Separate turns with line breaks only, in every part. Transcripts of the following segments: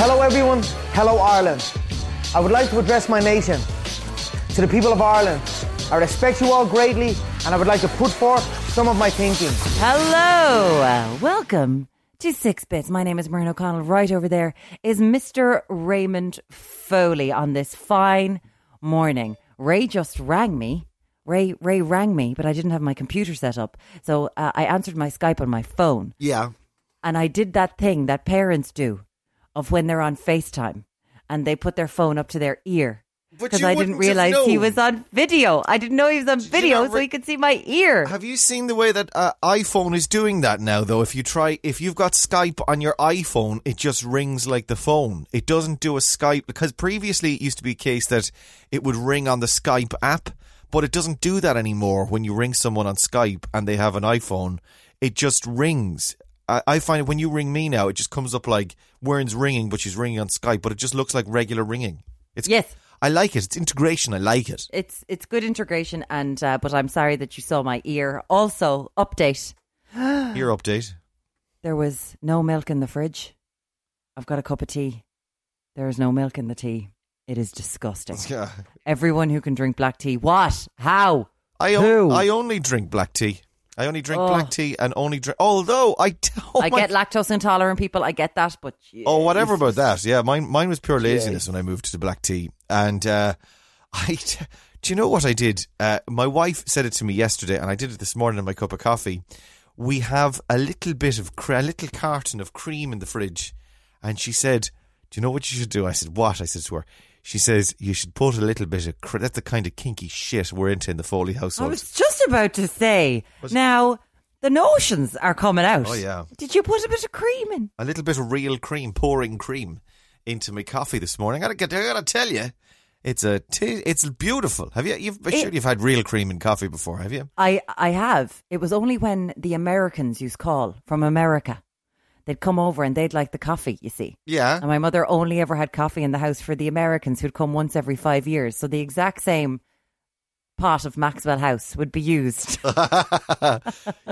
Hello, everyone. Hello, Ireland. I would like to address my nation. To the people of Ireland, I respect you all greatly, and I would like to put forth some of my thinking.
Hello, uh, welcome to Six Bits. My name is Maureen O'Connell. Right over there is Mr. Raymond Foley on this fine morning. Ray just rang me. Ray Ray rang me, but I didn't have my computer set up, so uh, I answered my Skype on my phone,
Yeah.
and I did that thing that parents do, of when they're on FaceTime and they put their phone up to their ear.
But
Because
you
I didn't
wouldn't have
realize he
known.
was on video. I didn't know he was on
you
video,
not
so
re-
he could see my ear.
Have you seen the way that uh, iPhone is doing that now? Though, if you try, if you've got Skype on your iPhone, it just rings like the phone. It doesn't do a Skype because previously it used to be a case that it would ring on the Skype app, but it doesn't do that anymore. When you ring someone on Skype and they have an iPhone, it just rings. I, I find when you ring me now, it just comes up like Warren's ringing, but she's ringing on Skype, but it just looks like regular ringing. It's
Yes.
I like it. It's integration. I like it.
it's it's good integration and uh, but I'm sorry that you saw my ear. Also, update.
Your update.
There was no milk in the fridge. I've got a cup of tea. There is no milk in the tea. It is disgusting.
Yeah.
Everyone who can drink black tea, what? How?
I
Who?
o- I only drink black tea. I only drink
Oh.
black tea and only drink. Although I, t- oh
I
my-
get lactose intolerant people. I get that, but
oh whatever about that. Yeah, mine mine was pure laziness when I moved to the black tea. And uh, I t- do you know what I did? Uh, my wife said it to me yesterday, and I did it this morning in my cup of coffee. We have a little bit of cre- a little carton of cream in the fridge, and she said, "Do you know what you should do?" I said, "What?" I said to her. She says you should put a little bit of. Cre- that's the kind of kinky shit we're into in the Foley
I
household.
was just about to say. now the notions are coming out.
Oh, yeah.
Did you put a bit of cream in?
a little bit of real cream, pouring cream into my coffee this morning. I gotta, get, I gotta tell you, it's a t- it's beautiful. Have you? You've
It-
sure you've had real cream in coffee before, have you?
I I have. It was only when the Americans used call from America. They'd come over and they'd like the coffee, you see.
Yeah.
And my mother only ever had coffee in the house for the Americans who'd come once every five years. So the exact same pot of Maxwell House would be used.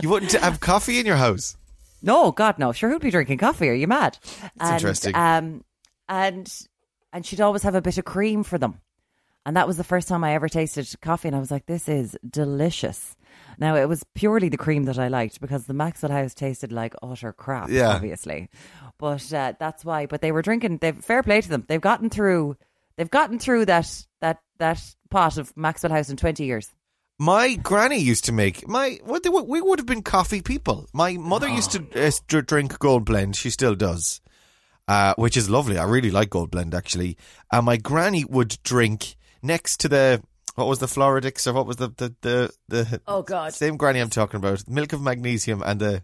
you wouldn't have coffee in your house.
no, God, no. Sure, who'd be drinking coffee? Are you mad? and,
interesting.
Um, and and she'd always have a bit of cream for them. And that was the first time I ever tasted coffee, and I was like, "This is delicious." Now it was purely the cream that I liked because the Maxwell House tasted like utter crap,
Yeah.
obviously. But uh, that's why. But they were drinking. They've fair play to them. They've gotten through. They've gotten through that that that pot of Maxwell House in twenty years.
My granny used to make my what they, we would have been coffee people. My mother used
Ah.
to uh, dr- drink Gold Blend. She still does, uh, which is lovely. I really like Gold Blend actually. And my granny would drink next to the what was the Floridix or what was the the the, the
Oh, God.
same granny I'm talking about milk of magnesium and the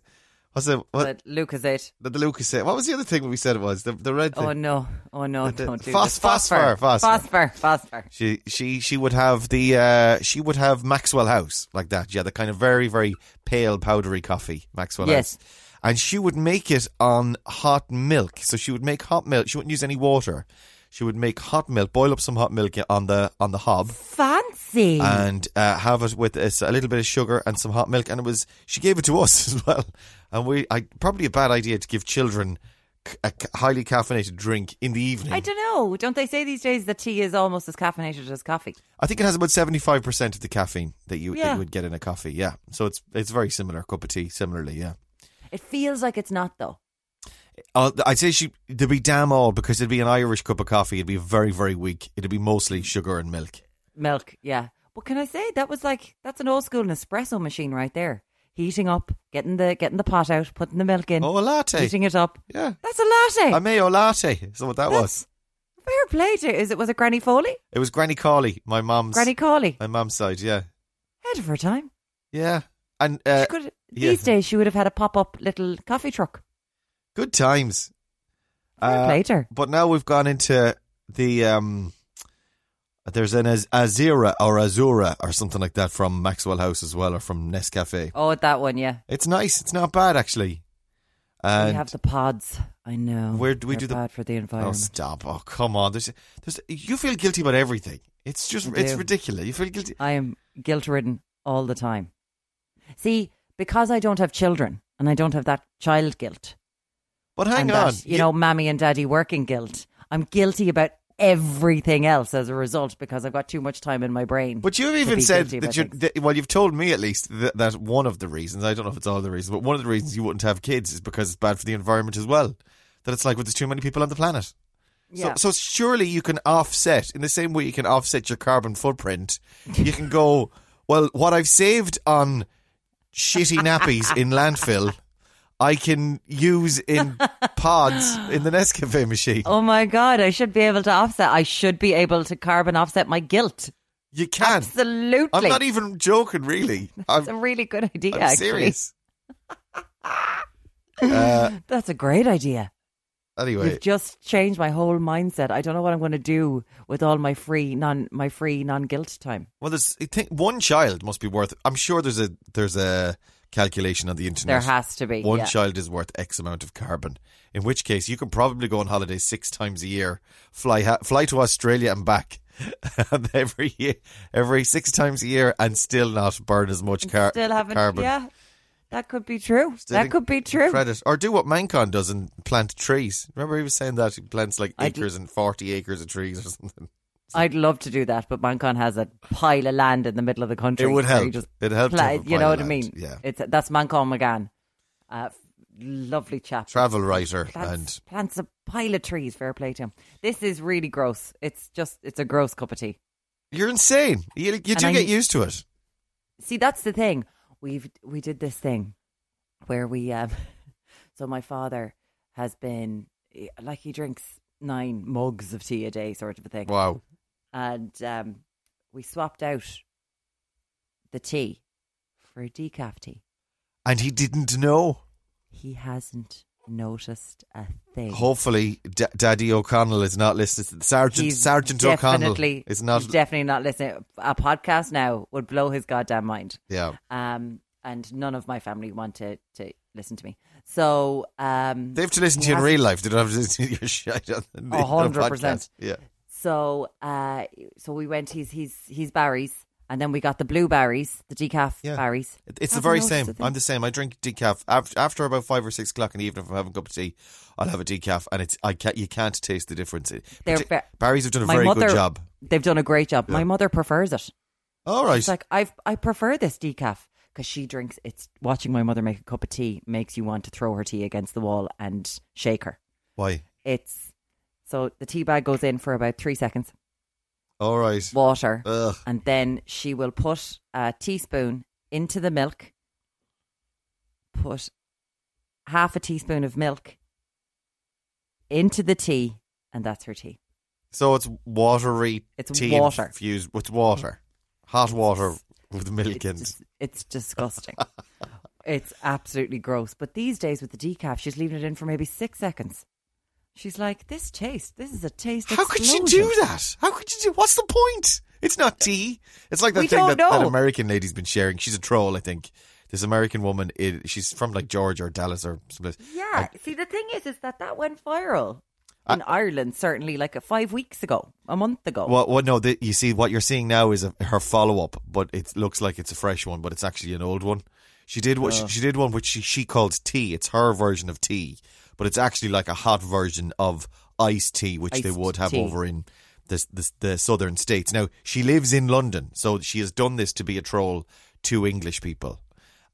what's the what
But Luke is it.
the, the Lucas said what was the other thing we said it was the the red thing.
Oh no! Oh no!
The- the-
Don't do
phos-
this. Phosphor,
uh, phosphor, phosphor.
phosphor, phosphor.
She she she would have the uh, she would have Maxwell House like that. Yeah, the kind of very very pale powdery coffee Maxwell
Yes.
House. And she would make it on hot milk. So she would make hot milk. She wouldn't use any water. She would make hot milk, boil up some hot milk on the on the hob,
Fancy.
and uh, have it with a, s- a little bit of sugar and some hot milk. And it was she gave it to us as well. And we I probably a bad idea to give children c- a c- highly caffeinated drink in the evening.
I don't know. Don't they say these days that tea is almost as caffeinated as coffee?
I think it has about seventy five percent of the caffeine that you, that
Yeah.
you would get in a coffee. Yeah, so it's it's very similar. Cup of tea, similarly, yeah.
It feels like it's not though.
Uh, I'd say she there'd be damn all because it'd be an Irish cup of coffee. It'd be very very weak. It'd be mostly sugar and milk.
Milk, yeah. But can I say that was like that's an old school Nespresso machine right there. Heating up, getting the getting the pot out, putting the milk in,
Oh, a latte.
heating it up.
Yeah,
That's a latte.
a mayo latte. Is that what that
That's
was?
fair play to is it was it Granny Foley?
It was Granny Carley, my mum's.
Granny Coley.
my mum's side. Yeah,
Head of her time.
yeah, and uh,
she could
yeah.
these days she would have had a pop up little coffee truck.
good times.
Fair
Uh,
play to her.
But now we've gone into the um there's an Az- Azira or Azura or something like that from Maxwell House as well or from Nescafe.
Oh that one, yeah.
It's nice. It's not bad actually.
we
And
have the pods. I know.
Where do we
They're
do the-
bad for the
oh,
environment?
stop. Oh, come on. There's there's you feel guilty about everything. It's just
I
it's
do.
ridiculous. You feel guilty.
I am guilt ridden all the time. See, because I don't have children and I don't have that child guilt,
But hang
and
on,
that, you, know, mammy and daddy working guilt. I'm guilty about everything else as a result because I've got too much time in my brain.
But you've
to
even
be
said
guilty
that
about
you
things.
that, well, you've told me at least that, that one of the reasons I don't know if it's all the reasons, but one of the reasons you wouldn't have kids is because it's bad for the environment as well. That it's like well, there's too many people on the planet.
yeah.
So, so surely you can offset in the same way you can offset your carbon footprint. You can go well. What I've saved on shitty nappies in landfill, I can use in pods in the Nescafe machine.
oh my god, I should be able to offset. I should be able to carbon offset my guilt.
you can.
Absolutely,
I'm not even joking, really. I'm,
That's a really good idea.
I'm
actually.
serious. uh,
That's a great idea.
anyway,
You've just changed my whole mindset. I don't know what I'm going to do with all my free non my free non guilt time.
well, there's I think one child must be worth. I'm sure there's a there's a calculation on the
There
internet.
has to be
one
yeah.
child is worth X amount of carbon. In which case, you can probably go on holiday six times a year, fly ha- fly to Australia and back. And every year, every six times a year, and still not burn as much car-
Still haven't.
carbon.
Yeah, that could be true.
Still
that
in-
could be true.
Credit. Or do what Mancon does and plant trees. Remember he was saying that he plants like
I do-
acres and forty acres of trees or something.
I'd love to do that, but Mancon has a pile of land in the middle of the country.
It would
where you
help.
just
It'd help to
pla-
have a
you
pile
know
of
what I mean?
land. Yeah.
It's that's Mancon McGann, uh, f- lovely chap.
Travel writer
plants, plants a pile of trees. Fair play to him. This is really gross. It's just it's a gross cup of tea.
and you're insane. You, you do
I
get
need-
used to it.
see that's the thing we've we did this thing where we um so my father has been eh, like he drinks nine mugs of tea a day sort of a thing
Wow.
and um we swapped out the tea for decaf tea
And he didn't know.
he hasn't noticed a thing
Hopefully, D- Daddy O'Connell is not listed. Sergeant
He's
Sergeant O'Connell
definitely-
is not.
he's definitely not listening a podcast now would blow his goddamn mind
yeah,
um and none of my family want to to listen to me so um
they have to listen
He
to you in
hasn't-
real life. They don't have to listen to your shit on the- on the
A hundred
podcast.
percent.
Yeah,
So, uh, so we went. He's he's he's Barry's, and then we got the blueberries, the decaf
Yeah.
Barry's.
It- it's the
Haven't
very
noticed
same.
a thing.
I'm the same. I drink decaf after, after about five or six o'clock in the evening. If I'm having a cup of tea, I'll have a decaf, and it's I can't, you can't taste the difference. It-
They're
parti-
ver-
Barry's have done a
My
very
mother-
good job.
They've done a great job. My mother prefers it.
All right,
It's like I I prefer this decaf because she drinks. It's watching my mother make a cup of tea makes you want to throw her tea against the wall and shake her.
why?
It's so the tea bag goes in for about three seconds,
All right.
water,
Ugh.
and then she will put a teaspoon into the milk, put half a teaspoon of milk into the tea, and that's her tea.
So it's watery.
It's
tea
water.
infused with water, hot water with milk
It's,
and
dis- it's disgusting. it's absolutely gross. But these days with the decaf, she's leaving it in for maybe six seconds. She's like, this taste, this is a taste.
How could she
explosion."
do that? How could you do? What's the point? It's not tea. It's like that
We
thing
don't
that, that
know.
American lady's been sharing. She's a troll, I think. This American woman, it, she's from like Georgia or Dallas or someplace.
Yeah. See, the thing is, is that that went viral in Ireland, certainly like uh, five weeks ago, a month ago.
Well, well no, the, you see, what you're seeing now is a, her follow up, but it looks like it's a fresh one, but it's actually an old one. She did what
Oh.
she, she did one which she, she called tea. It's her version of tea, but it's actually like a hot version of iced tea, which they
Iced
would have
tea.
over in the, the the southern states. Now she lives in London, so she has done this to be a troll to English people.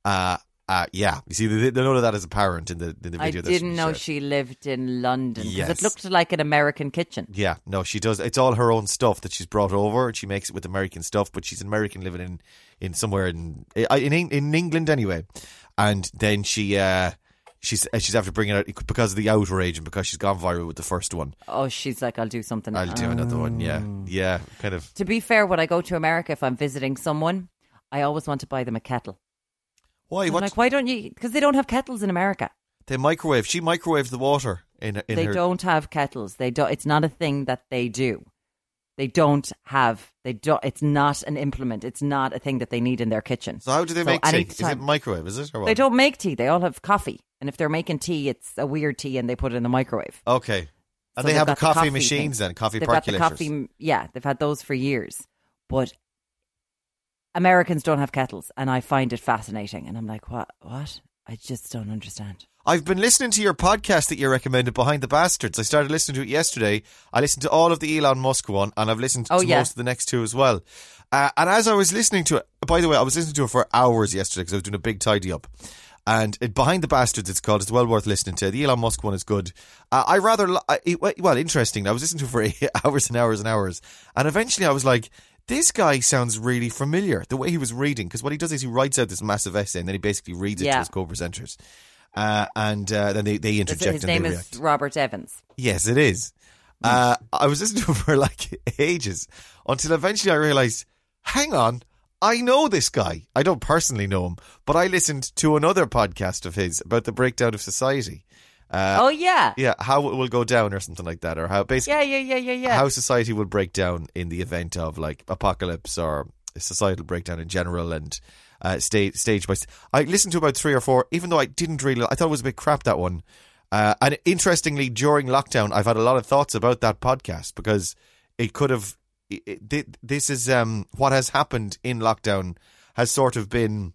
Uh, uh, yeah, you see, the, the, none of that is apparent in the in the video.
I
that
didn't know
shared.
she lived in London because
Yes.
it looked like an American kitchen.
Yeah, no, she does. It's all her own stuff that she's brought over, and she makes it with American stuff. But she's an American living in in somewhere in in Eng- in England anyway. And then she uh, she's uh, she's after bringing out because of the outrage and because she's gone viral with the first one.
Oh, she's like, I'll do something.
I'll do
Oh.
another one. Yeah, yeah, kind of.
To be fair, when I go to America, if I'm visiting someone, I always want to buy them a kettle.
Why?
I'm
What?
like, why don't you? Because they don't have kettles in America.
they microwave. She microwaves the water in in
they
her.
don't have kettles. They don't. It's not a thing that they do. They don't have. They don't. It's not an implement. It's not a thing that they need in their kitchen.
So how do they make tea? Is it
anytime-
microwave? Is it? Or what?
They don't make tea. They all have coffee. And if they're making tea, it's a weird tea, and they put it in the microwave.
Okay. And
So
Uh, they
they've
have the
got
coffee,
thing.
machines then, coffee
they've
percolators.
got the coffee, yeah, they've had those for years. But Americans don't have kettles, and I find it fascinating. And I'm like, what? What? I just don't understand.
I've been listening to your podcast that you recommended, Behind the Bastards. I started listening to it yesterday. I listened to all of the Elon Musk one, and I've listened
Oh,
to
yeah.
most of the next two as well. Uh, and as I was listening to it, by the way, I was listening to it for hours yesterday because I was doing a big tidy up. And it, Behind the Bastards, it's called. It's well worth listening to. The Elon Musk one is good. Uh, I rather, li- I- it, well, interesting. I was listening to it for hours and hours and hours. And eventually I was like, this guy sounds really familiar. The way he was reading, because what he does is he writes out this massive essay and then he basically reads it to
Yeah.
his co-presenters, uh, and uh, then they, they
His,
interject
his
and
name
they
is
react.
Robert Evans.
Yes, it is. Uh, I was listening to it for like ages until eventually I realized, hang on, I know this guy. I don't personally know him, but I listened to another podcast of his about the breakdown of society. Uh,
oh yeah.
Yeah, how it will go down or something like that, or how basically
yeah, yeah, yeah, yeah, yeah.
how society will break down in the event of like apocalypse or societal breakdown in general and uh, stage stage by st- I listened to about three or four even though I didn't really I thought it was a bit crap that one uh, and interestingly during lockdown I've had a lot of thoughts about that podcast because it could have it, it, thi- this is um, what has happened in lockdown has sort of been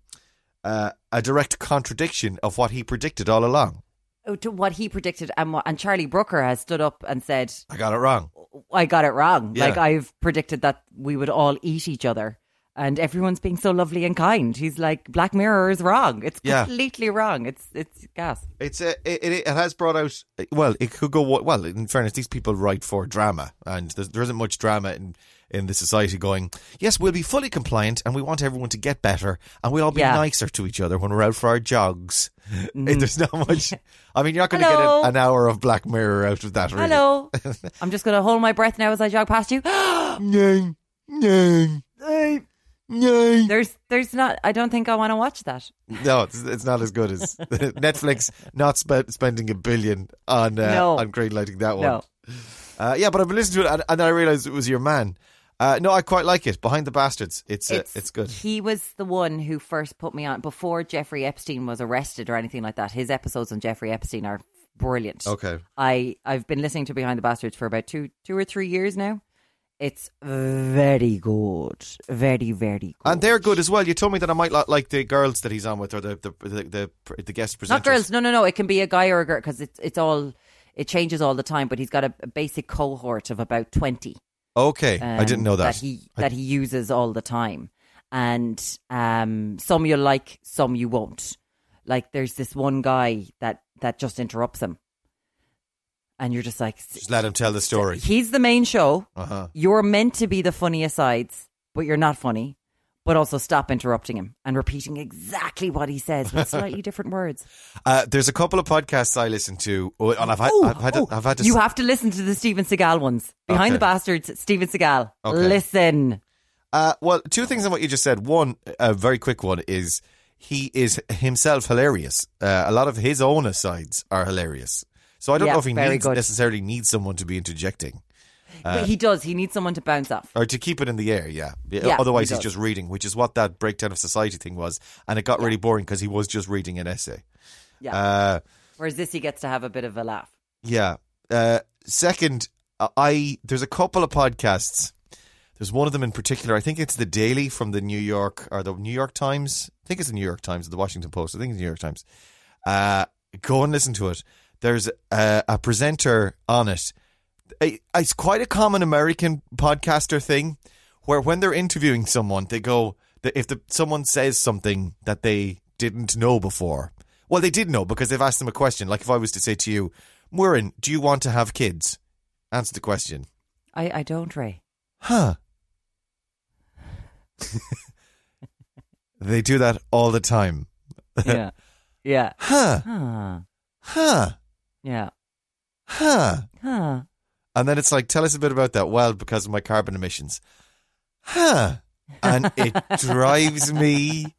uh, a direct contradiction of what he predicted all along
Oh, to what he predicted, and what, and Charlie Brooker has stood up and said,
I got it wrong
"I got it wrong.
Yeah.
Like I've predicted that we would all eat each other." And everyone's being so lovely and kind. He's like, Black Mirror is wrong. It's
Yeah.
completely wrong. It's it's gas.
It's a, it, it it has brought out well it could go well in fairness these people write for drama and there's, there isn't much drama in in the society going yes we'll be fully compliant and we want everyone to get better and we'll all be
Yeah. Mm.
nicer to each other when we're out for our jogs there's not much I mean you're not going to get
Hello.
a, an hour of Black Mirror out of that really.
Hello. I'm just going to hold my breath now as I jog past you.
Nyang, nyang, nyang.
there's there's not. I don't think I want to watch that.
no it's, it's not as good as Netflix not spe- spending a billion on uh,
No.
on green lighting that one
No.
Uh, yeah, but I've been listening to it and, and then I realised it was your man. Uh, no, I quite like it. Behind the Bastards, it's uh, it's, good.
He was the one who first put me on before Jeffrey Epstein was arrested or anything like that. His episodes on Jeffrey Epstein are brilliant.
Okay.
I I've been listening to Behind the Bastards for about two two or three years now. It's very good, very very good.
And they're good as well. You told me that I might not like the girls that he's on with or the the the, the, the guest presenters.
Not girls. No, no, no. It can be a guy or a girl because it's it's all it changes all the time. But he's got a, a basic cohort of about twenty.
Okay, I
um,
didn't know that.
he that he uses all the time, and um, some you'll like, some you won't. Like there's this one guy that that just interrupts him, and you're just like,
Just let him tell the story.
he's the main show.
Uh huh.
You're meant to be the funniest sides, but you're not funny. But also stop interrupting him and repeating exactly what he says with slightly different words.
Uh, there's a couple of podcasts I listen to, oh, and I've had,
Oh,
I've had, to,
oh,
I've had to.
you have to listen to the Steven Seagal ones. Behind
Okay.
the Bastards, Steven Seagal.
Okay.
Listen.
Uh, well, two things on what you just said. One, a very quick one, is he is himself hilarious. Uh, a lot of his own asides are hilarious. So I don't
Yeah,
know if he
very
needs,
good.
necessarily needs someone to be interjecting Uh,
But he does. He needs someone to bounce off.
or to keep it in the air. Yeah.
Yeah,
Otherwise,
he
he's
does.
just reading, which is what that breakdown of society thing was, and it got really boring because he was just reading an essay.
Yeah.
Uh,
Whereas this, he gets to have a bit of a laugh.
Yeah. Uh, second, uh, I there's a couple of podcasts. There's one of them in particular. I think it's the Daily from the New York or the New York Times. I think it's the New York Times or the Washington Post. I think it's the New York Times. Uh, go and listen to it. There's a, a presenter on it. I- It's quite a common American podcaster thing, where when they're interviewing someone, they go that if the, someone says something that they didn't know before. Well, they did know because they've asked them a question. Like if I was to say to you, Murin, do you want to have kids? Answer the question.
I, I don't, Ray.
Huh. they do that all the time.
Yeah. yeah.
Huh.
Huh.
Huh.
Yeah.
Huh.
Huh.
And then it's like, tell us a bit about that. Well, because of my carbon emissions. Huh. And it drives me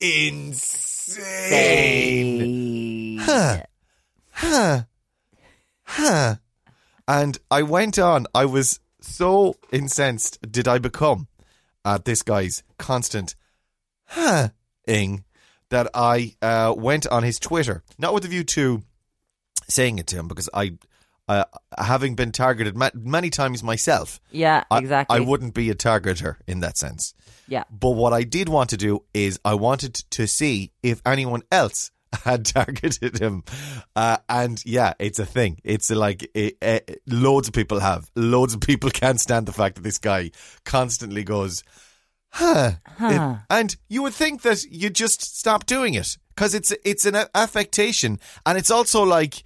insane. Huh. Huh. Huh. And I went on. I was so incensed did I become at this guy's constant huh ing that I uh, went on his Twitter, not with a view to saying it to him because I, uh, having been targeted ma- many times myself,
Yeah,
I-
exactly.
I wouldn't be a targeter in that sense.
Yeah.
But what I did want to do is I wanted to see if anyone else had targeted him. Uh, and yeah, it's a thing. It's like it, it, loads of people have. Loads of people can't stand the fact that this guy constantly goes, huh.
Huh.
and you would think that you just stop doing it because it's it's an affectation, and it's also like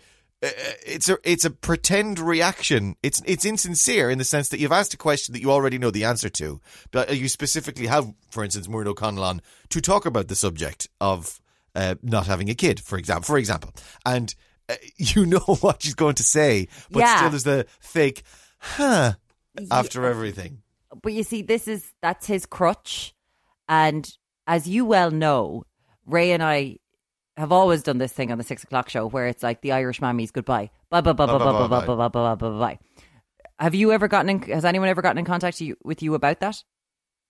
uh, it's a it's a pretend reaction. It's it's insincere in the sense that you've asked a question that you already know the answer to, but uh, you specifically have, for instance, Murdo O'Connell on to talk about the subject of uh, not having a kid, for example, for example, and uh, you know what she's going to say, but
Yeah.
still there's the fake, huh, after everything.
But you see, this is that's his crutch, and as you well know, Ray and I have always done this thing on the six o'clock show where it's like the Irish mammy's goodbye, bye bye bye bye bye bye bye bye bye bye bye bye. Have you ever gotten? In, has anyone ever gotten in contact you, with you about that?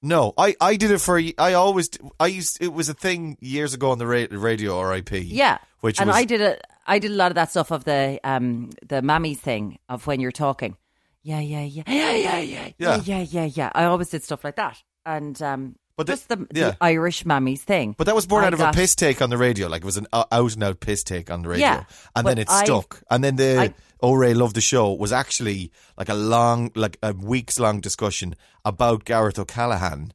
No, I, I did it for I always I used it was a thing years ago on the ra- radio RIP.
Yeah,
which
and
was
I did a I did a lot of that stuff of the um the mammies thing of when you're talking. Yeah, yeah, yeah, yeah, yeah, yeah, yeah,
Yeah.
yeah, yeah, yeah. I always did stuff like that, and um,
But the-
just the,
yeah.
the Irish mammies thing.
but that was born
I
out of
got-
a piss take on the radio, like it was an o- out and out piss take on the radio,
Yeah, but
and then it
I've-
stuck. And then the
I-
O'Reilly loved the show was actually like a long, like a weeks long discussion about Gareth O'Callaghan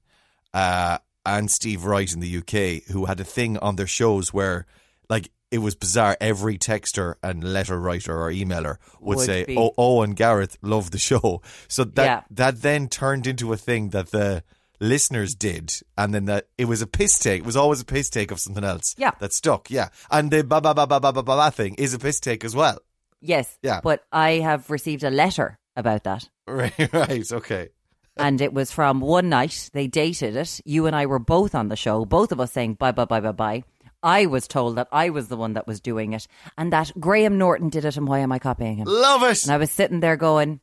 uh, and Steve Wright in the UK, who had a thing on their shows where like. It was bizarre. Every texter and letter writer or emailer would,
Would
say,
be.
"Oh, oh, and Gareth loved the show." So that
Yeah.
that then turned into a thing that the listeners did, and then that it was a piss take. It was always a piss take of something else.
Yeah.
that stuck. Yeah, and the ba ba ba ba ba ba ba ba thing is a piss take as well.
Yes.
Yeah.
But I have received a letter about that.
Right, right, okay.
And it was from one night. They dated it. You and I were both on the show, both of us saying bye, bye, bye, bye, bye. I was told that I was the one that was doing it and that Graham Norton did it. And why am I copying him?
Love it.
And I was sitting there going,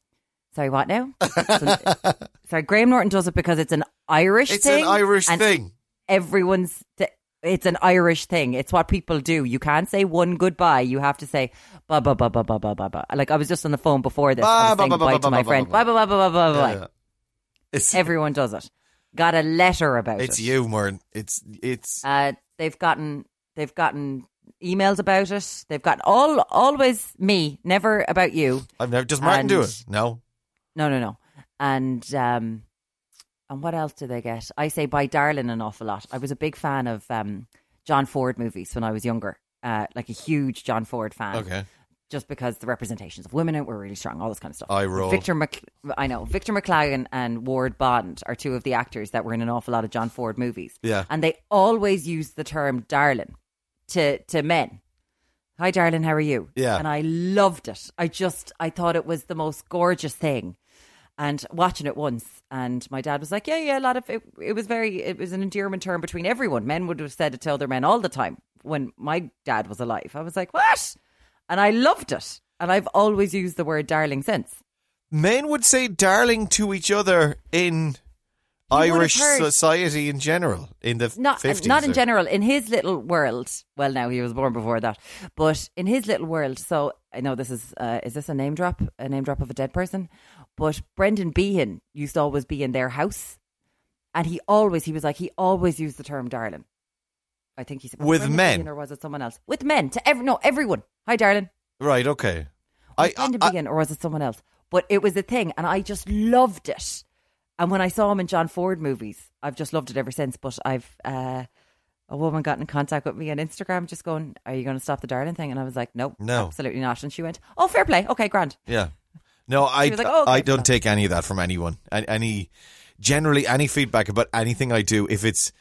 sorry, what now? So- sorry, Graham Norton does it because it's an Irish
It's
thing.
an Irish
and
thing.
everyone's th- it's an Irish thing. It's what people do. You can't say one goodbye. You have to say ba ba ba ba ba ba ba ba. Like I was just on the phone before this. I was
Ba, ba,
saying
ba, ba,
goodbye
ba,
to
ba,
my
ba,
friend.
ba,
Ba ba ba ba ba ba
Yeah.
ba.
It's
Everyone does it. Got a letter about it.
it's you, Mern. It's it's
Uh, they've gotten they've gotten emails about it. They've got all always me, never about you.
I've never does Martin do
and-
it? No.
No, no, no. And um, and what else do they get? I say by darling an awful lot. I was a big fan of um, John Ford movies when I was younger. Uh, like a huge John Ford fan.
Okay.
Just because the representations of women were really strong, all this kind of stuff.
Eye roll.
Victor, Mc- I know Victor McLagan and Ward Bond are two of the actors that were in an awful lot of John Ford movies,
Yeah.
and they always used the term "darling" to to men. Hi, darling, how are you?
Yeah.
and I loved it. I just I thought it was the most gorgeous thing and watching it once and my dad was like yeah yeah a lot of it, it was very it was an endearment term between everyone men would have said it to other men all the time when my dad was alive i was like what and i loved it and i've always used the word darling since
Men would say darling to each other in
would have
Irish
heard-
society in general in the uh,
not uh,
50s
not in
or-
general in his little world well now he was born before that but in his little world so i know this is uh, is this a name drop a name drop of a dead person but brendan behan used to always be in their house and he always he was like he always used the term darling i think he said was it
With
Brendan
men?
Behan or was it someone else with men to every no everyone hi darling
Right, okay.
was Brendan Behan or was it someone else? But it was a thing, and I just loved it. And when I saw him in John Ford movies, I've just loved it ever since. But I've uh, a woman got in contact with me on Instagram, just going, "Are you going to stop the darling thing?" And I was like, "No,
No.
absolutely not." And she went, "Oh, fair play, okay, grand."
Yeah. No, I
was like, "Oh, okay,
I don't
fine."
take any of that from anyone. An- Any generally any feedback about anything I do if it's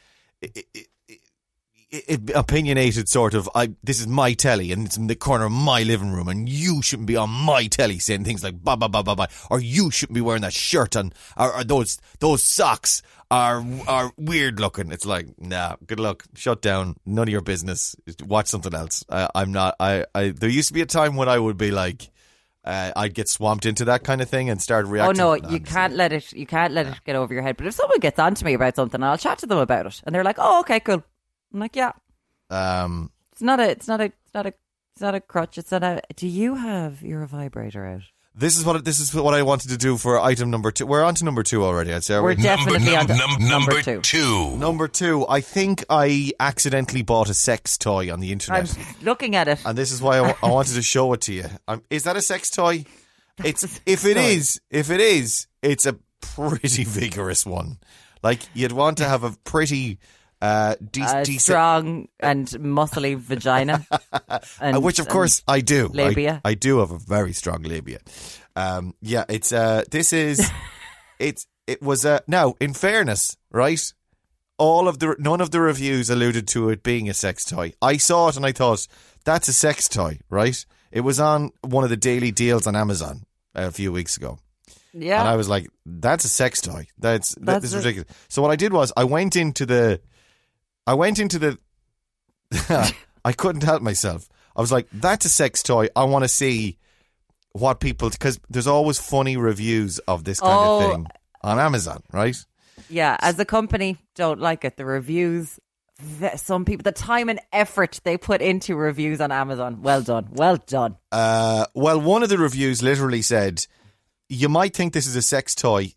i i i i opinionated sort of I this is my telly and it's in the corner of my living room and you shouldn't be on my telly saying things like ba ba ba ba ba or you shouldn't be wearing that shirt and or, or those those socks are are weird looking. It's like nah, good luck, shut down, none of your business. Watch something else. I, I'm not. I, I there used to be a time when I would be like. Uh, I'd get swamped into that kind of thing and start
Oh
reacting.
no,
Nah,
you
I'm just-
can't let it. You can't let it get over your head. But if someone gets on to me about something, I'll chat to them about it, and they're like, "Oh, okay, cool." I'm like, "Yeah,
Um,
it's not a, it's not a, it's not a, it's not a crutch. It's not a." Do you have your vibrator out?
This is what this is what I wanted to do for item number two. We're on to number two already. I'd say are
We're
we?
Number,
definitely on
num-
to
num-
number
number
two.
two.
number two. I think I accidentally bought a sex toy on the
I'm
internet,
looking at it.
and this is why I, wa- I wanted to show it to you. Um, is that a sex toy? It's
a sex
if it
toy.
is, if it is, it's a pretty vigorous one. Like you'd want to have a pretty uh, de-
A
decent
strong and muscly vagina, and,
Uh, which of
and
course I do. I-
labia.
I, do have a very strong labia. Um, yeah, it's uh, this is it's it was uh, now in fairness, right? All of the none of the reviews alluded to it being a sex toy. I saw it and I thought that's a sex toy, right? It was on one of the daily deals on Amazon a few weeks ago. And I
yeah,
was like, "That's a sex toy. That's that-
That's
that's
a-
ridiculous." So what I did was I went into the, I went into the, I couldn't help myself. I was like, "That's a sex toy. I want to see what people because there's always funny reviews of this kind
Oh.
of thing on Amazon, right?
yeah. As a company, don't like it. The reviews, th- some people, the time and effort they put into reviews on Amazon. Well done, well done.
Uh, well, one of the reviews literally said, "You might think this is a sex toy.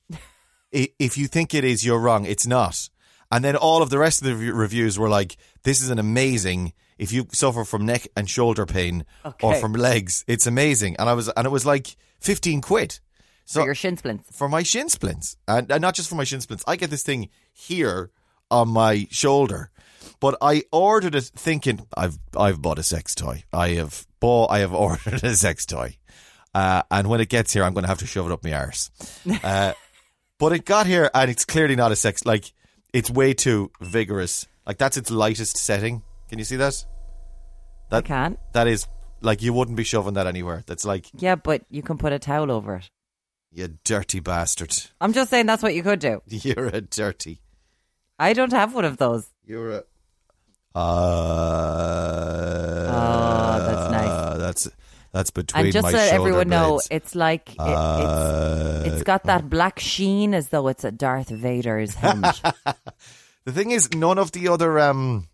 I- if you think it is, you're wrong. It's not." And then all of the rest of the re- reviews were like, "This is an amazing. If you suffer from neck and shoulder pain or
Okay.
from legs, it's amazing." And I was, and it was like fifteen quid. So
for your shin splints.
for my shin splints, and, and not just for my shin splints. I get this thing here on my shoulder, but I ordered it thinking I've I've bought a sex toy. I have bought I have ordered a sex toy, uh, and when it gets here, I'm going to have to shove it up my arse. Uh, but it got here, and it's clearly not a sex. Like it's way too vigorous. Like that's its lightest setting. Can you see that? That
Can
that is like you wouldn't be shoving that anywhere. That's like
yeah, but you can put a towel over it.
you dirty bastard.
I'm just saying that's what you could do.
You're a dirty.
I don't have one of those.
You're a. Uh,
Ah, that's nice.
That's that's between
And just
my
so that
shoulder
everyone know,
blades. Uh, uh-huh.
it's like it, it's, it's got that black sheen as though it's a Darth Vader's helmet.
the thing is, none of the other um,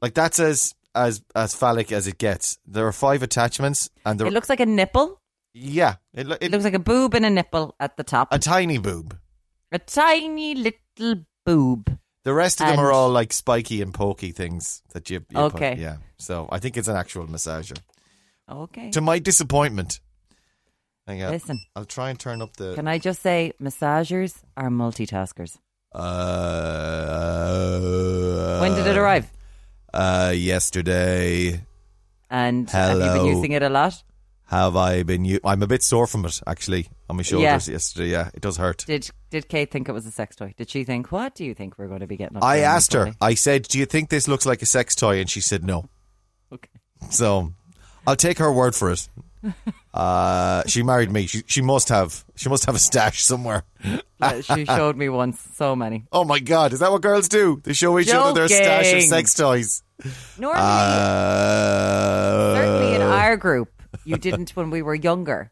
like that's as as as phallic as it gets. There are five attachments, and there
it looks like a nipple.
yeah, it, lo-
It
it,
looks like a boob and a nipple at the top.
a
A
tiny boob.
tiny little boob.
The rest of them are
And-
all like spiky and pokey things that you, you put-
Okay.
yeah. So I think it's an actual massager.
Okay.
To uh, my disappointment, hang on.
Listen.
I'll try and turn up the.
Can I just say, massagers are multitaskers.
Uh,
When did it arrive?
Uh, yesterday.
And have you
hello.
been using it a lot?
Have I been? U- I'm a bit sore from it actually on my shoulders
Yeah.
yesterday. Yeah, it does hurt.
Did Did Kate think it was a sex toy? Did she think, what do you think we're going to be getting? Up
I
there on
asked her.
Sunday?"
I said, "Do you think this looks like a sex toy?" And she said, "No."
Okay.
So, I'll take her word for it. Uh, she married me. She she must have she must have a stash somewhere.
Like, she showed me once so many.
Oh my god, is that what girls do? They show each other their stash of
Joking.
sex toys.
Normally,
Uh,
certainly in our group, you didn't when we were younger.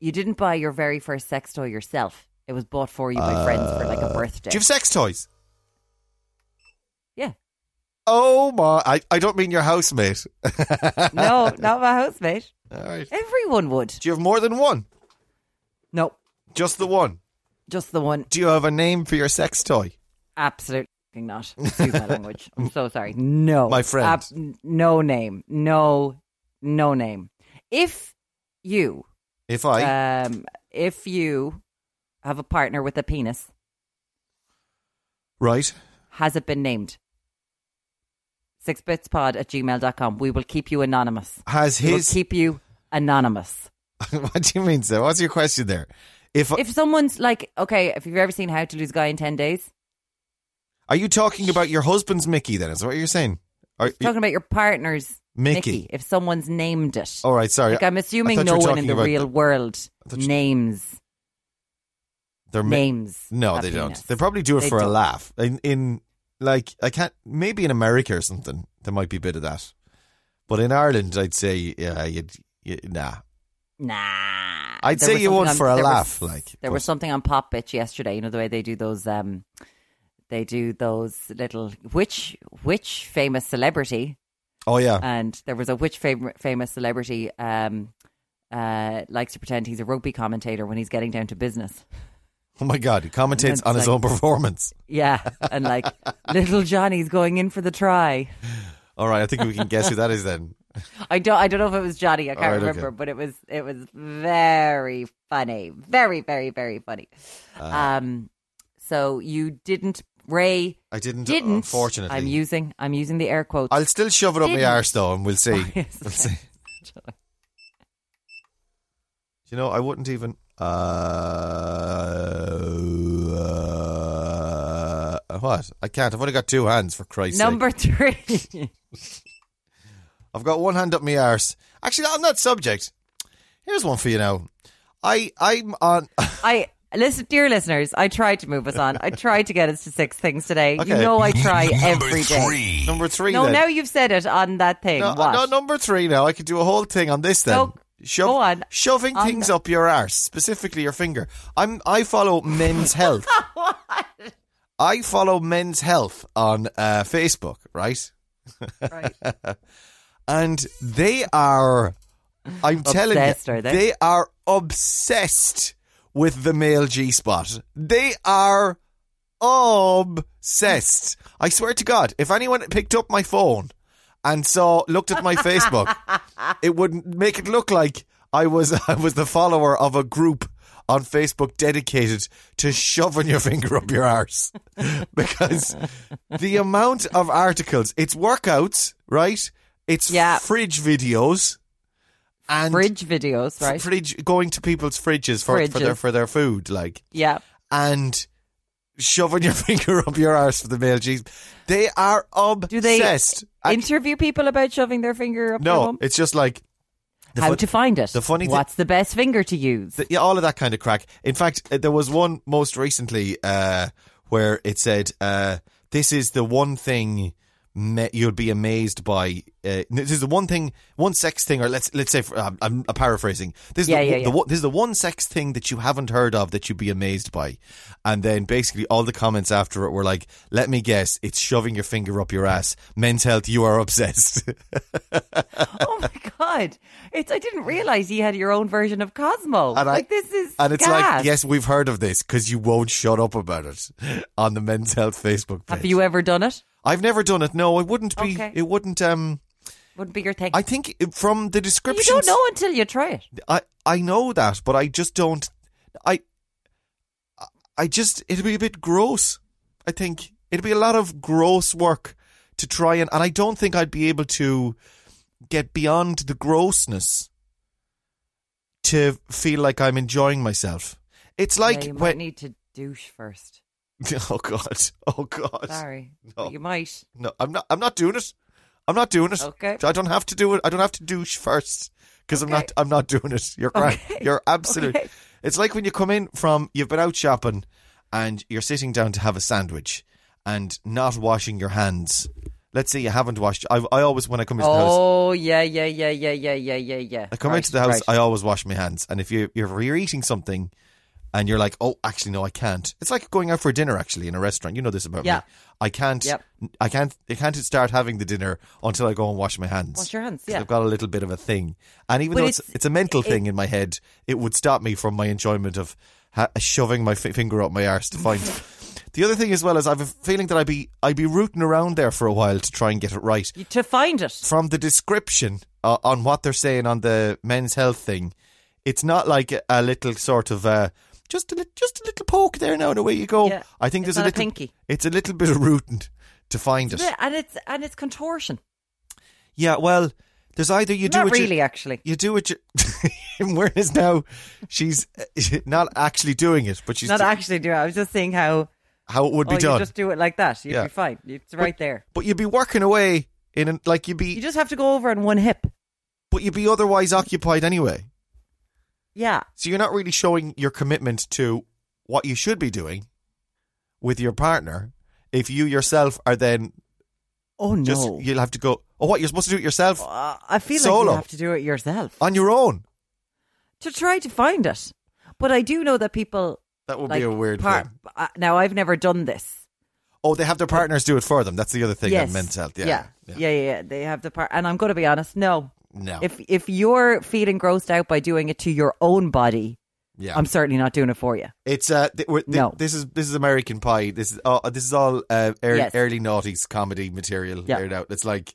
You didn't buy your very first sex toy yourself. It was bought for you by friends for like a birthday.
Uh, Do you have sex toys?
yeah.
Oh my! I, I don't mean your housemate. All
No, not my housemate.
right.
Everyone would.
Do you have more than one?
No,
Just the one.
just the one.
Do you have a name for your sex toy?
Absolutely not. Excuse my language. I'm so sorry. No.
My friend.
n- no name. No, no name. If you,
If I
um, if you have a partner with a penis,
right,
has it been named? Sixbitspod at gmail.com. We will keep you anonymous.
has
We will
his?
keep you anonymous.
what do you mean, sir? What's your question there? If,
If someone's like, okay, if you've ever seen How to Lose a Guy in 10 Days,
are you talking about your husband's Mickey? Then is that what you're saying? Are, you-
talking about your partner's
Mickey.
if someone's named it.
all right, sorry.
Like I'm
I
assuming
thought you
no
were
one in
talking
the
about
real world
I thought you-
names
They're mi-
names.
No,
a
they
penis.
don't. They probably do it
They
for a
don't.
laugh. In, in like I can't maybe in America or something there might be a bit of that, but in Ireland I'd say yeah, you'd, you nah.
Nah,
I'd
There
say
was
you
something
won't
on-
for a
there was-
laugh, like,
there
but-
was something on Pop Bitch yesterday. You know the way they do those. um They do those little which which famous celebrity, Uh,
Oh yeah,
and there was a which fam- famous celebrity um uh, likes to pretend he's a rugby commentator when he's getting down to business.
Oh my God, he
And
commentates
it's
on his
like-
own performance.
Yeah, and like little Johnny's going in for the try.
All right, I think we can guess who that is then.
I don't I don't know if it was Johnny, I can't
right, okay.
remember, but it was it was very funny. Very, very, very funny.
Uh,
um so you didn't Ray
I didn't,
didn't
unfortunately.
I'm using I'm using the air quotes.
I'll still shove it up my
Didn't.
arse though, and we'll see.
Yes.
We'll see. You know, I wouldn't even. Uh, uh, what? I can't. I've only got two hands for Christ's sake.
Number three.
I've got one hand up my arse. Actually, on that subject, here's one for you now. I I'm on.
I listen, dear listeners. I tried to move us on. I tried to get us to six things today. You
Okay.
know, I try every day.
three.
number three.
No,
then.
now you've said it on that thing.
No, uh,
what?
no, number three now. I could do a whole thing on this then.
No,
Shove-
go on.
Shoving
On
things up your arse, specifically your finger. I'm I follow men's health. I follow men's health on uh, Facebook, right?
Right.
And they are I'm telling
Obsessed,
you
are they?
they are obsessed with the male G spot. They are obsessed. I swear to God, if anyone picked up my phone and saw looked at my Facebook, it would make it look like I was I was the follower of a group on Facebook dedicated to shoving your finger up your arse because the amount of articles it's workouts right it's
Yeah.
fridge videos and
Bridge videos,
fr-
right?
fridge going to people's fridges for, for their
Fridges.
for their food like
yeah.
and shoving your finger up your arse for the male G's. They are
Do they
obsessed. I-
interview people about shoving their finger up their
no,
bum?
it's just like the
How
fun-
to find it?
the funny thi-
What's the best finger to use?
the- yeah, all of that kind of crack. In fact, uh, there was one most recently uh, where it said, uh, "This is the one thing." Me- you'll be amazed by uh, this is the one thing, one sex thing, or let's let's say for, um, I'm, I'm paraphrasing. This is
Yeah,
the,
yeah,
the
yeah.
one- this is the one sex thing that you haven't heard of that you'd be amazed by, and then basically all the comments after it were like, "Let me guess, it's shoving your finger up your ass." Men's health, you are obsessed.
oh my god! It's I didn't realize you had your own version of Cosmo.
And I-
like this is
And it's
gas.
like, yes, we've heard of this because you won't shut up about it on the Men's Health Facebook page.
Have you ever done it?
I've never done it. No, it wouldn't be.
Okay.
It wouldn't. Um,
Wouldn't be your thing.
I think it- from the
you
description,
don't know until you try it.
I I know that, but I just don't. I I- I just it'd be a bit gross. I think it'd be a lot of gross work to try and, and I don't think I'd be able to get beyond the grossness to feel like I'm enjoying myself. It's like
yeah, you might
when
need to douche first.
Oh god. Oh god.
Sorry,
No.
but you might.
No, I'm not I'm not doing it. I'm not doing it.
Okay.
I don't have to do it. I don't have to douche first because I'm
Okay.
not I'm not doing it. You're right.
Okay.
You're absolute.
Okay.
It's like when you come in from you've been out shopping and you're sitting down to have a sandwich and not washing your hands. Let's say you haven't washed. I, I always when I come into the house,
Oh yeah, yeah, yeah, yeah, yeah, yeah, yeah, yeah.
I come
Right,
into the house.
right.
I always wash my hands. And if you you're, you're eating something, and you're like, oh, actually no, I can't. It's like going out for dinner actually in a restaurant. You know this about
Yeah.
me. I can't.
Yep.
I can't. I can't start having the dinner until I go and wash my hands.
Wash your hands,
'Cause
yeah.
I've got a little bit of a thing, and even
But
though it's,
it's-
it's a mental
it-
thing in my head, it would stop me from my enjoyment of ha- shoving my f- finger up my arse to find. the other thing as well is I've a feeling that I'd be I'd be rooting around there for a while to try and get it right
You- to find it.
from the description uh, on what they're saying on the men's health thing, it's not like a, a little sort of uh, just a li- just a little poke there now and away you go.
Yeah.
I think
It's
there's a
not a
little
pinky.
It's a little bit of rooting to find it.
Yeah, and it's and it's contortion.
Yeah, well, there's either you do
Not
it you-
really, actually.
you do it. You, in whereas now she's uh, not actually doing it, but she's
Not
do-
actually doing. it. I was just saying how
how it would
oh,
be
you
done.
just do it like that. You'd
Yeah.
be fine. It's right there.
but you'd be working away in an, like you'd be,
You just have to go over on one hip.
but you'd be otherwise occupied anyway.
Yeah.
So you're not really showing your commitment to what you should be doing with your partner if you yourself are then
Oh no.
just you'll have to go oh what you're supposed to do it yourself
Uh, I feel like
Solo. Uh,
you have to do it yourself
on your own.
to try to find it. But I do know that people
That would
like
be a weird
par-
thing.
uh, now I've never done this.
Oh, they have their partners do it for them. That's the other thing
yes.
in men's health. Yeah.
yeah, yeah, yeah, yeah. They have the part, and I'm going to be honest. No,
No.
If if you're feeling grossed out by doing it to your own body,
yeah.
I'm certainly not doing it for you.
It's uh, th- we're, th-
No.
this is this is American Pie. This is all, this is all uh, ear-
Yes.
early noughties comedy material.
Yeah.
aired out. It's like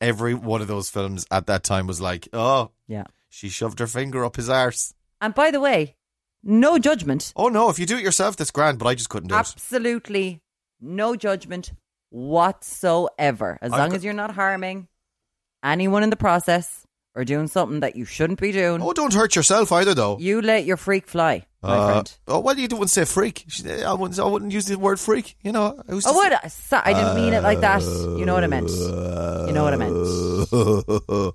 every one of those films at that time was like, oh,
Yeah.
she shoved her finger up his arse.
And by the way, no judgment.
Oh no, if you do it yourself, that's grand. But I just couldn't do it.
Absolutely no judgment whatsoever. As
I've
long
got-
as you're not harming anyone in the process or doing something that you shouldn't be doing,
Oh, don't hurt yourself either, though.
you let your freak fly, my
Uh,
friend.
Oh well, you wouldn't say freak. She- I wouldn't. I wouldn't use the word freak. You know. I was
Oh,
just-
what? So- I didn't mean it like that. You know what I meant. You know what I meant.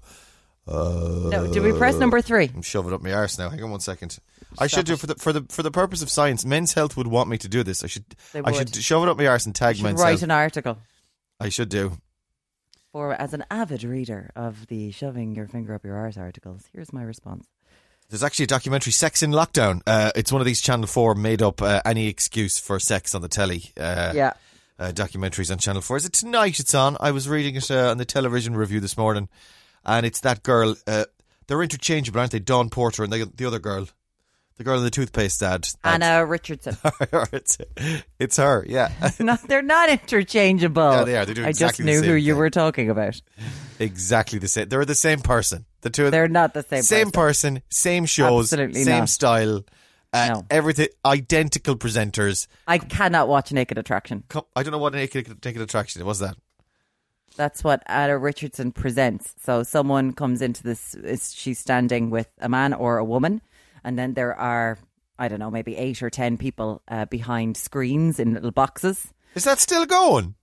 No, did we press number three?
I'm shoving up my arse now. Hang on one second. I should do for the for the for the purpose of science. Men's health would want me to do this. I should
They
I should
would.
shove it up my arse and tag
Should
men's
write
health.
an article.
I should do.
For as an avid reader of the shoving your finger up your arse articles, here's my response.
There's actually a documentary, Sex in Lockdown. Uh, it's one of these Channel Four made up uh, any excuse for sex on the telly. Uh,
yeah.
uh, documentaries on Channel 4. Is it tonight it's on? I was reading it uh, on the television review this morning, and it's that girl. Uh, they're interchangeable, aren't they? Dawn Porter and the, the other girl. The girl in the toothpaste ad. ad.
Anna Richardson.
it's, it's her, yeah.
no, they're not interchangeable.
Yeah, they are. They do
I just
exactly the
knew
same
who you
thing.
were talking about.
exactly the same. They're the same person. The two of them.
They're not the same.
Same
person.
person, same shows,
Absolutely
same
not.
style, uh,
No.
everything, identical presenters.
I cannot watch Naked Attraction.
Co- I don't know what naked, naked attraction it was that.
That's what Anna Richardson presents. So someone comes into this, is she's standing with a man or a woman, and then there are, I don't know, maybe eight or ten people uh, behind screens in little boxes.
Is that still going?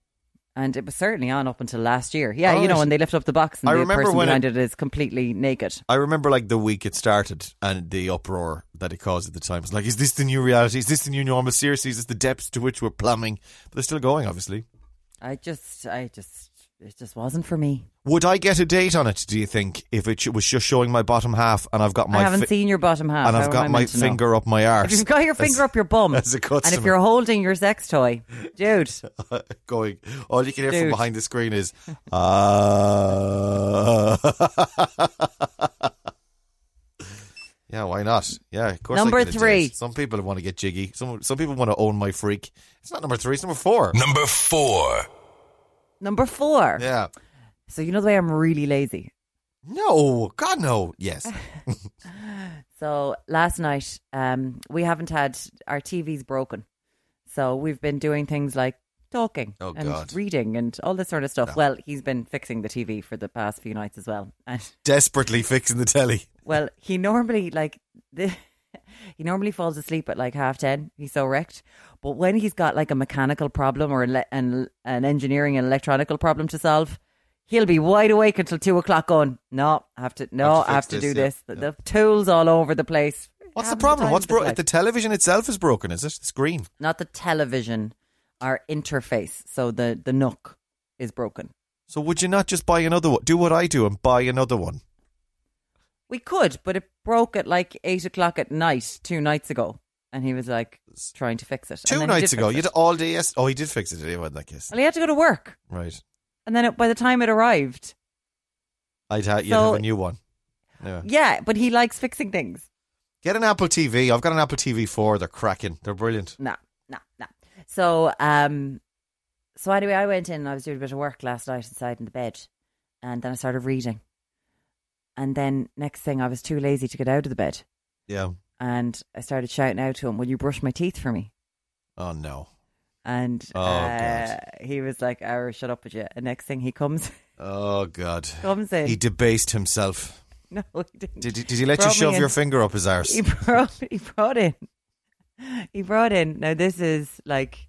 And it was certainly on up until last year. Yeah, you know,
Alright.
when they lift up the box and
Oh, I
the
remember
person
when
behind
it-
it is completely naked.
I remember like the week it started and the uproar that it caused at the time. It's like, is this the new reality? Is this the new normal? Seriously, is this the depths to which we're plumbing? But they're still going, obviously.
I just, I just, it just wasn't for me.
Would I get a date on it? Do you think if it sh- was just showing my bottom half and I've got my
I haven't
fi-
seen your bottom half.
and
How
I've
am I
got my
meant to know?
finger up my arse?
If you've got your finger up your bum,
as a
and if
customer.
you're holding your sex toy, dude,
going, all you can hear
Dude.
from behind the screen is, uh... yeah, why not? Yeah, of course. I
Number
get a date.
three.
Some people want to get jiggy. Some some people want to own my freak. It's not number three. It's number four.
Number four.
number four.
Yeah.
So you know the way I'm really lazy.
No, God, no. Yes.
So last night, um, we haven't had our TV's broken, so we've been doing things like talking
Oh,
and
God.
reading and all this sort of stuff. Well, he's been fixing the TV for the past few nights as well, and
Desperately fixing the telly.
Well, he normally like the, he normally falls asleep at like half ten. He's so wrecked. But when he's got like a mechanical problem or ele- an an engineering and electronical problem to solve, he'll be wide awake until two o'clock. Going, no, I have to no,
Have to
I have
fix
to
this,
do
yeah,
this. The, the tools all over the place.
What's
Having
the problem?
time
What's
of his
bro-
life.
the television itself is broken? Is it the screen?
not the television, our interface. So the the nook is broken.
So would you not just buy another one? Do what I do and buy another one.
We could, but it broke at like eight o'clock at night two nights ago, and he was like trying to fix it. And
Two
then he
nights
did
ago,
fix
you
it.
had all day. Yes. Oh, he did fix it anyway in that case.
Well, he had to go to work,
Right.
and then it, by the time it arrived,
I'd ha- you'd
So-
have a new one. Yeah.
yeah, but he likes fixing things.
Get an Apple TV. I've got an Apple TV 4. They're cracking. They're brilliant.
Nah, nah, nah. So, um, so anyway, I went in and I was doing a bit of work last night inside in the bed, and then I started reading, and then next thing I was too lazy to get out of the bed,
Yeah.
and I started shouting out to him, "Will you brush my teeth for me?"
Oh, no.
And
Oh,
uh,
God.
he was like, "Oh, shut up with you." And next thing he comes
Oh, God.
comes in.
He debased himself.
no, he didn't.
Did he, did he let
Brought
you
me
shove
in.
your finger up his arse?
he brought he brought in he brought in now this is like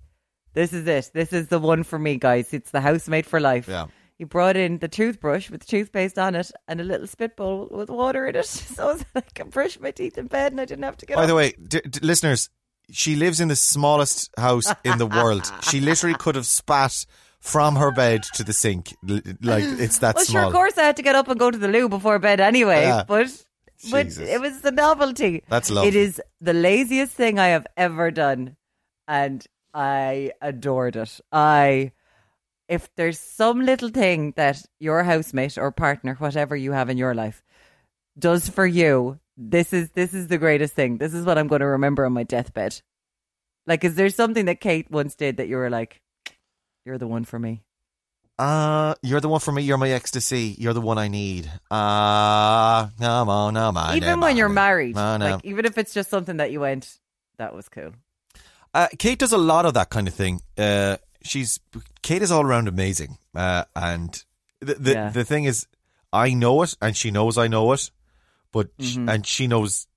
this is it this is the one for me guys it's the housemate for life
Yeah.
he brought in the toothbrush with toothpaste on it and a little spit bowl with water in it so that I could brush my teeth in bed and I didn't have to get
By
up.
the way, d- d- listeners, she lives in the smallest house in the world. She literally could have spat from her bed to the sink. L- Like, it's that
well, sure,
small.
of course, I had to get up and go to the loo before bed anyway.
Yeah.
But but
Jesus.
it was the novelty.
That's lovely.
It is the laziest thing I have ever done, and I adored it. I if there's some little thing that your housemate or partner, whatever you have in your life, does for you, this is this is the greatest thing. This is what I'm going to remember on my deathbed. Like, is there something that Kate once did that you were like, "You're the one for me"?
Uh, you're the one for me. You're my ecstasy. You're the one I need. Uh, no, no, no, man.
even when you're married,
No, no.
like even if it's just something that you went, "That was cool."
Uh, Kate does a lot of that kind of thing. Uh, she's Kate is all around amazing, uh, and the the,
Yeah.
the thing is, I know it, and she knows I know it, but sh
Mm-hmm.
and she knows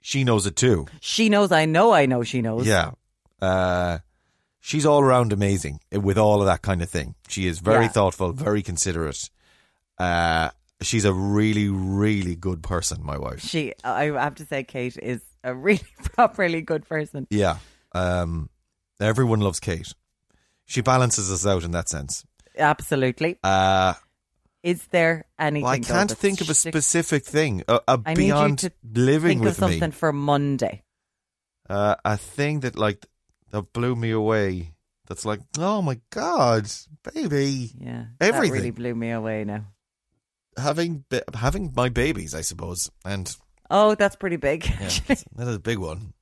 she knows it too.
She knows. I know. I know. She knows.
Yeah, uh, she's all around amazing with all of that kind of thing. She is very
Yeah.
thoughtful, very considerate. Uh, she's a really, really good person, my wife.
She. I have to say, Kate is a really properly good person.
Yeah, um, everyone loves Kate. She balances us out in that sense.
Absolutely.
Uh,
Is there anything?
Well, I
though,
can't
that's
think of a
stick-
specific thing uh, uh,
I need you
beyond
to
living
Think of
with me.
something for Monday.
Uh, a thing that like that blew me away. That's like, oh my god, baby,
Yeah, That really
Everything.
blew me away now.
having ba- having my babies, I suppose, and
Oh, that's pretty big.
yeah,
actually.
that is a big one.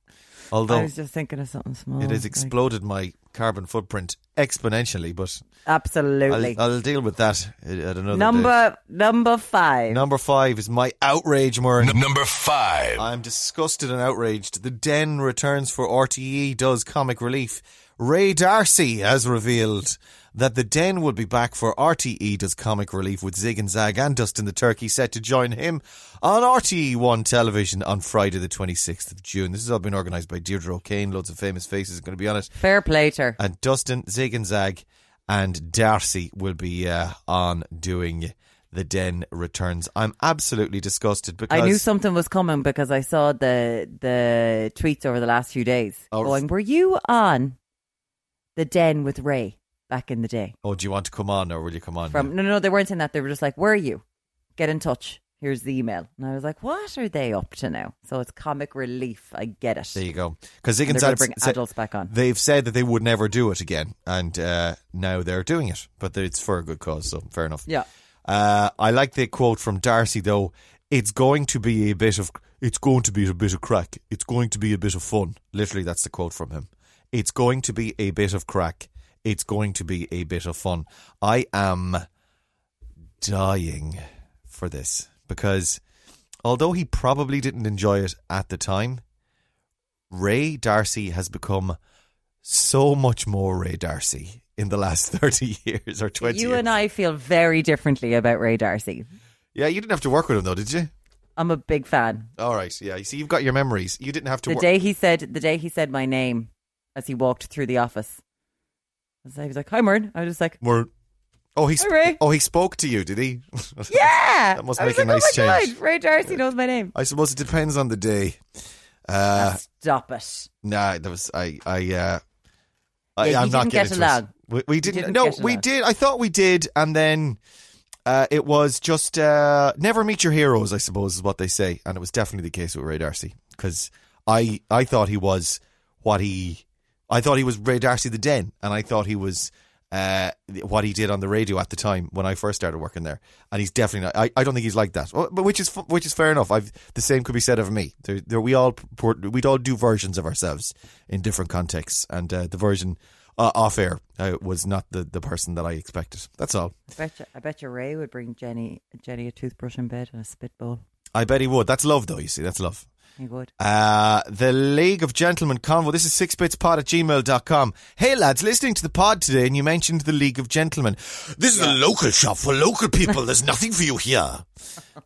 I
Although
was oh just thinking of something small.
it has
like-
exploded my carbon footprint exponentially, but
absolutely.
I'll, I'll deal with that at at another
number number
day.
five.
Number five is my outrage, Murray.
N- number five.
I'm disgusted and outraged. The Den returns for RTE, does comic relief. Ray Darcy has revealed that the Den will be back for RTE, does comic relief with Zig and Zag and Dustin the Turkey set to join him on RTE One television on Friday, the 26th of June. This has all been organised by Deirdre O'Kane. Loads of famous faces are going to be on it
Fair play to her.
and Dustin Zig and Zag and Darcy will be uh, on doing the Den returns. I'm absolutely disgusted because
I knew something was coming because I saw the the tweets over the last few days
Oh,
going. Were you on the den with Ray back in the day?
Oh, do you want to come on or will you come on?
From no, no, they weren't saying that. They were just like, "Where are you? Get in touch. Here's the email." And I was like, "What are they up to now?" So it's comic relief. I get it.
there you go. Because Zig
And
and
they're going
Zag
to bring
sa-
adults back on.
they've said that they would never do it again, and uh, now they're doing it, but it's for a good cause, so fair enough.
Yeah.
Uh, I like the quote from Darcy though. It's going to be a bit of it's going to be a bit of crack. It's going to be a bit of fun. Literally, that's the quote from him. It's going to be a bit of crack. It's going to be a bit of fun. I am dying for this because although he probably didn't enjoy it at the time, Ray Darcy has become so much more Ray Darcy in the last 30 years or 20
You
years.
and I feel very differently about Ray Darcy.
Yeah, you didn't have to work with him though, did you?
I'm a big fan.
All right. Yeah. You see, you've got your memories. You didn't have to
The
work.
day he said, the day he said my name, as he walked through the office, I was like- he was like, "Hi, Mern." I was just like,
Were- oh, he. sp-
Hi, Ray.
oh, he spoke to you, did he?
"Yeah."
That must
I was
make a
like,
nice
oh my
change.
God, Ray Darcy knows my name.
I suppose it depends on the day. Uh,
Stop it.
nah, that was I. I. Uh, I
Yeah, you
I'm not
didn't
getting
get
into it.
along.
We, we didn't.
didn't
no,
get
we
along.
did. I thought we did, and then uh, it was just uh, never meet your heroes. I suppose is what they say, and it was definitely the case with Ray Darcy because I I thought he was what he I thought he was Ray Darcy the Den, and I thought he was. Uh, what he did on the radio at the time when I first started working there, and he's definitely not. I, I don't think he's like that, Oh, but which is f- which is fair enough. I've the same could be said of me. There, there, we all pur- we'd all do versions of ourselves in different contexts, and uh, the version uh, off air uh, was not the, the person that I expected. That's all.
I bet you, I bet you Ray would bring Jenny, Jenny a toothbrush in bed and a spitball.
I bet he would. That's love, though. You see, that's love.
He would.
Uh, the League of Gentlemen Convo. This is sixbitspod at gmail.com. Hey, lads, listening to the pod today, and you mentioned the League of Gentlemen. This is a local shop for local people. There's nothing for you here.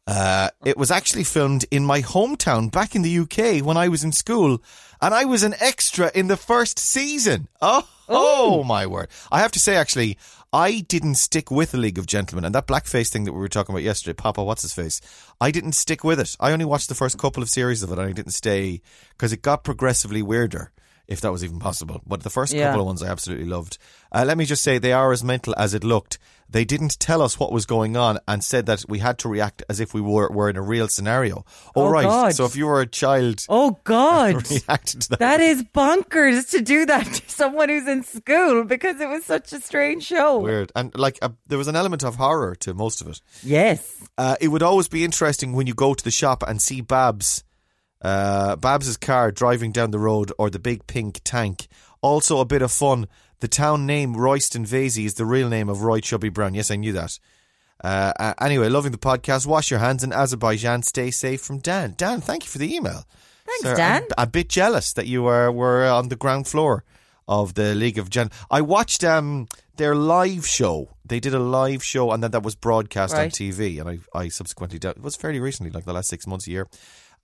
Uh, it was actually filmed in my hometown back in the UK when I was in school, and I was an extra in the first season. Oh, oh my word. I have to say, actually, I didn't stick with the League of Gentlemen, and that blackface thing that we were talking about yesterday, Papa, what's his face? I didn't stick with it. I only watched the first couple of series of it, and I didn't stay because it got progressively weirder. if that was even possible. But the first
Yeah.
couple of ones I absolutely loved. Uh, let me just say they are as mental as it looked. They didn't tell us what was going on and said that we had to react as if we were, were in a real scenario. Oh,
Oh,
right.
God.
So if you were a child,
Oh God.
reacted to that.
That is bonkers to do that to someone who's in school because it was such a strange show.
Weird. And like uh, there was an element of horror to most of it.
yes.
Uh, it would always be interesting when you go to the shop and see Babs, uh, Babs's car driving down the road or the big pink tank. Also, a bit of fun. The town name Royston Vasey is the real name of Roy Chubby Brown. Yes, I knew that. Uh, uh, anyway, loving the podcast. Wash your hands in Azerbaijan. Stay safe from Dan. Dan, thank you for the email.
Thanks,
Sir,
Dan.
I'm a bit jealous that you were were on the ground floor of the League of Gen. I watched um their live show. They did a live show, and then that was broadcast on
Right.
TV. And I I subsequently did, it was fairly recently, like the last six months a year,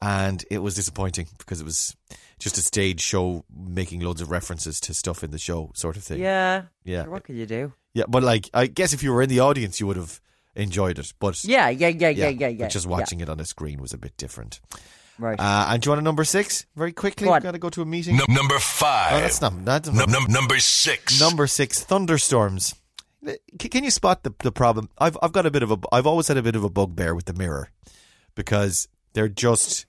and it was disappointing because it was just a stage show making loads of references to stuff in the show, sort of thing.
Yeah.
yeah,
What could you do?
yeah. But like, I guess if you were in the audience, you would have enjoyed it. But
Yeah, yeah, yeah, yeah, yeah, yeah.
but just
yeah.
watching it on a screen was a bit different.
Right.
Uh, and do you want a number six? Very quickly,
Go on.
we've got to go to a meeting.
Num number
Oh,
five.
that's not that's
Num-
not-
num- number six.
number six. Thunderstorms. C- Can you spot the, the problem? I've I've got a bit of a I've always had a bit of a bugbear with the mirror because they're just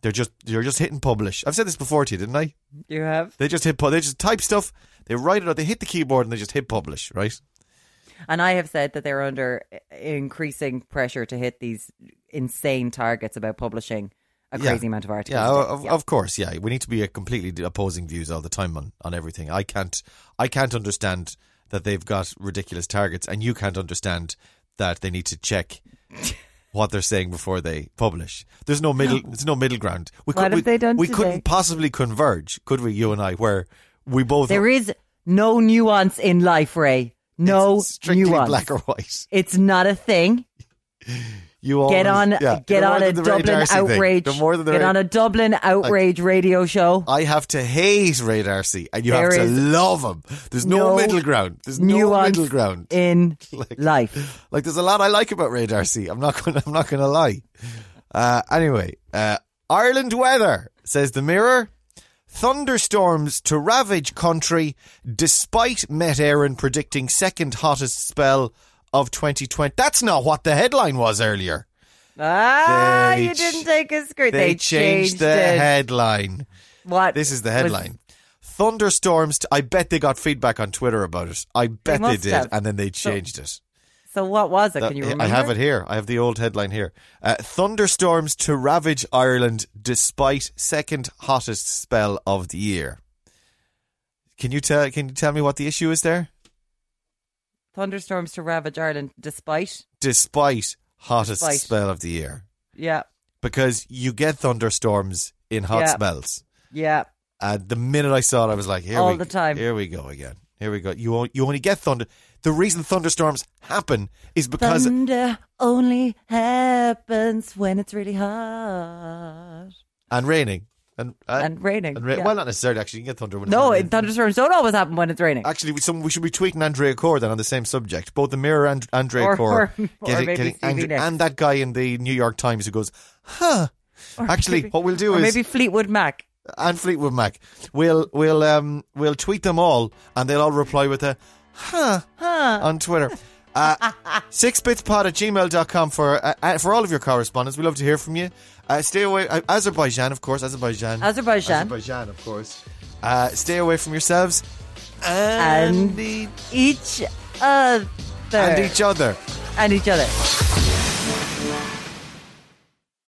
they're just they're just hitting publish. I've said this before to you, didn't I?
you have.
They just hit pu- they just type stuff, they write it out, they hit the keyboard, and they just hit publish. Right?
And I have said that they're under increasing pressure to hit these insane targets about publishing a
Yeah.
crazy amount of articles.
Yeah, uh,
a day.
of, of course. Yeah, we need to be a completely opposing views all the time on, on everything. I can't I can't understand that they've got ridiculous targets, and you can't understand that they need to check what they're saying before they publish. There's no middle. There's no middle ground. We
What have
we,
they done
We
today?
couldn't possibly converge, could we? You and I, where we both
There is no nuance in life, Ray. No
it's strictly
nuance.
black or white.
It's not a thing.
You always,
Get on,
yeah,
get
They're more
on a
than the Ray
Dublin
Darcy thing.
outrage.
They're more than the
get
Ray-
on a Dublin outrage radio show.
I have to hate Ray Darcy, and you have
There
to
is
love him. There's no,
no
middle ground. There's no
nuance
middle ground.
in
Like-
life.
Like there's a lot I like about Ray Darcy. I'm not gonna I'm not gonna lie. Uh, anyway, uh, Ireland weather says the Mirror. Thunderstorms to ravage country, despite Met Aaron predicting second hottest spell of 2020. That's not what the headline was earlier.
Ah,
They
you
ch-
didn't take a skirt.
They,
They,
changed, the
it.
headline.
What?
This is the
was-
headline. Thunderstorms. To, I bet they got feedback on Twitter about it. I bet they,
must
did,
have.
and then they
So-
changed it.
so what was it?
That-
Can you remember?
I have it here. I have the old headline here. Uh, thunderstorms to ravage Ireland despite second hottest spell of the year. Can you tell? Can you tell me what the issue is there?
Thunderstorms to ravage Ireland, despite
Despite hottest
Despite.
spell of the year,
yeah,
because you get thunderstorms in hot
Yeah.
spells.
yeah.
And Uh, the minute I saw it, I was like, "Here
All
we,
the time.
Here we go again. Here we go. You on- you only get thunder. The reason thunderstorms happen is because
Thunder only happens when it's really hot
and raining and uh,
and raining.
and ra-
yeah.
well, uh, not necessarily. Actually, you can get thunder when it's
no,
raining.
it- thunderstorms don't always happen when it's raining.
Actually, we, some, we should be tweeting Andrea Corr then on the same subject. Both the Mirror and Andrea
Or-
Corr.
or- or maybe Stevie
angry-
Nicks.
and that guy in the New York Times who goes, huh. Actually,
maybe-
what we'll do
or
is,
maybe Fleetwood Mac.
and Fleetwood Mac, we'll, we'll, um, we'll tweet them all and they'll all reply with a, huh, on Twitter. Uh, sixbitspod at gmail.com for, uh, uh, for all of your correspondence. We love to hear from you. Uh, stay away. Uh, Azerbaijan, of course. Azerbaijan.
Azerbaijan.
Azerbaijan, of course. Uh, stay away from yourselves. And,
And-
the
Each other
and each other.
and each other.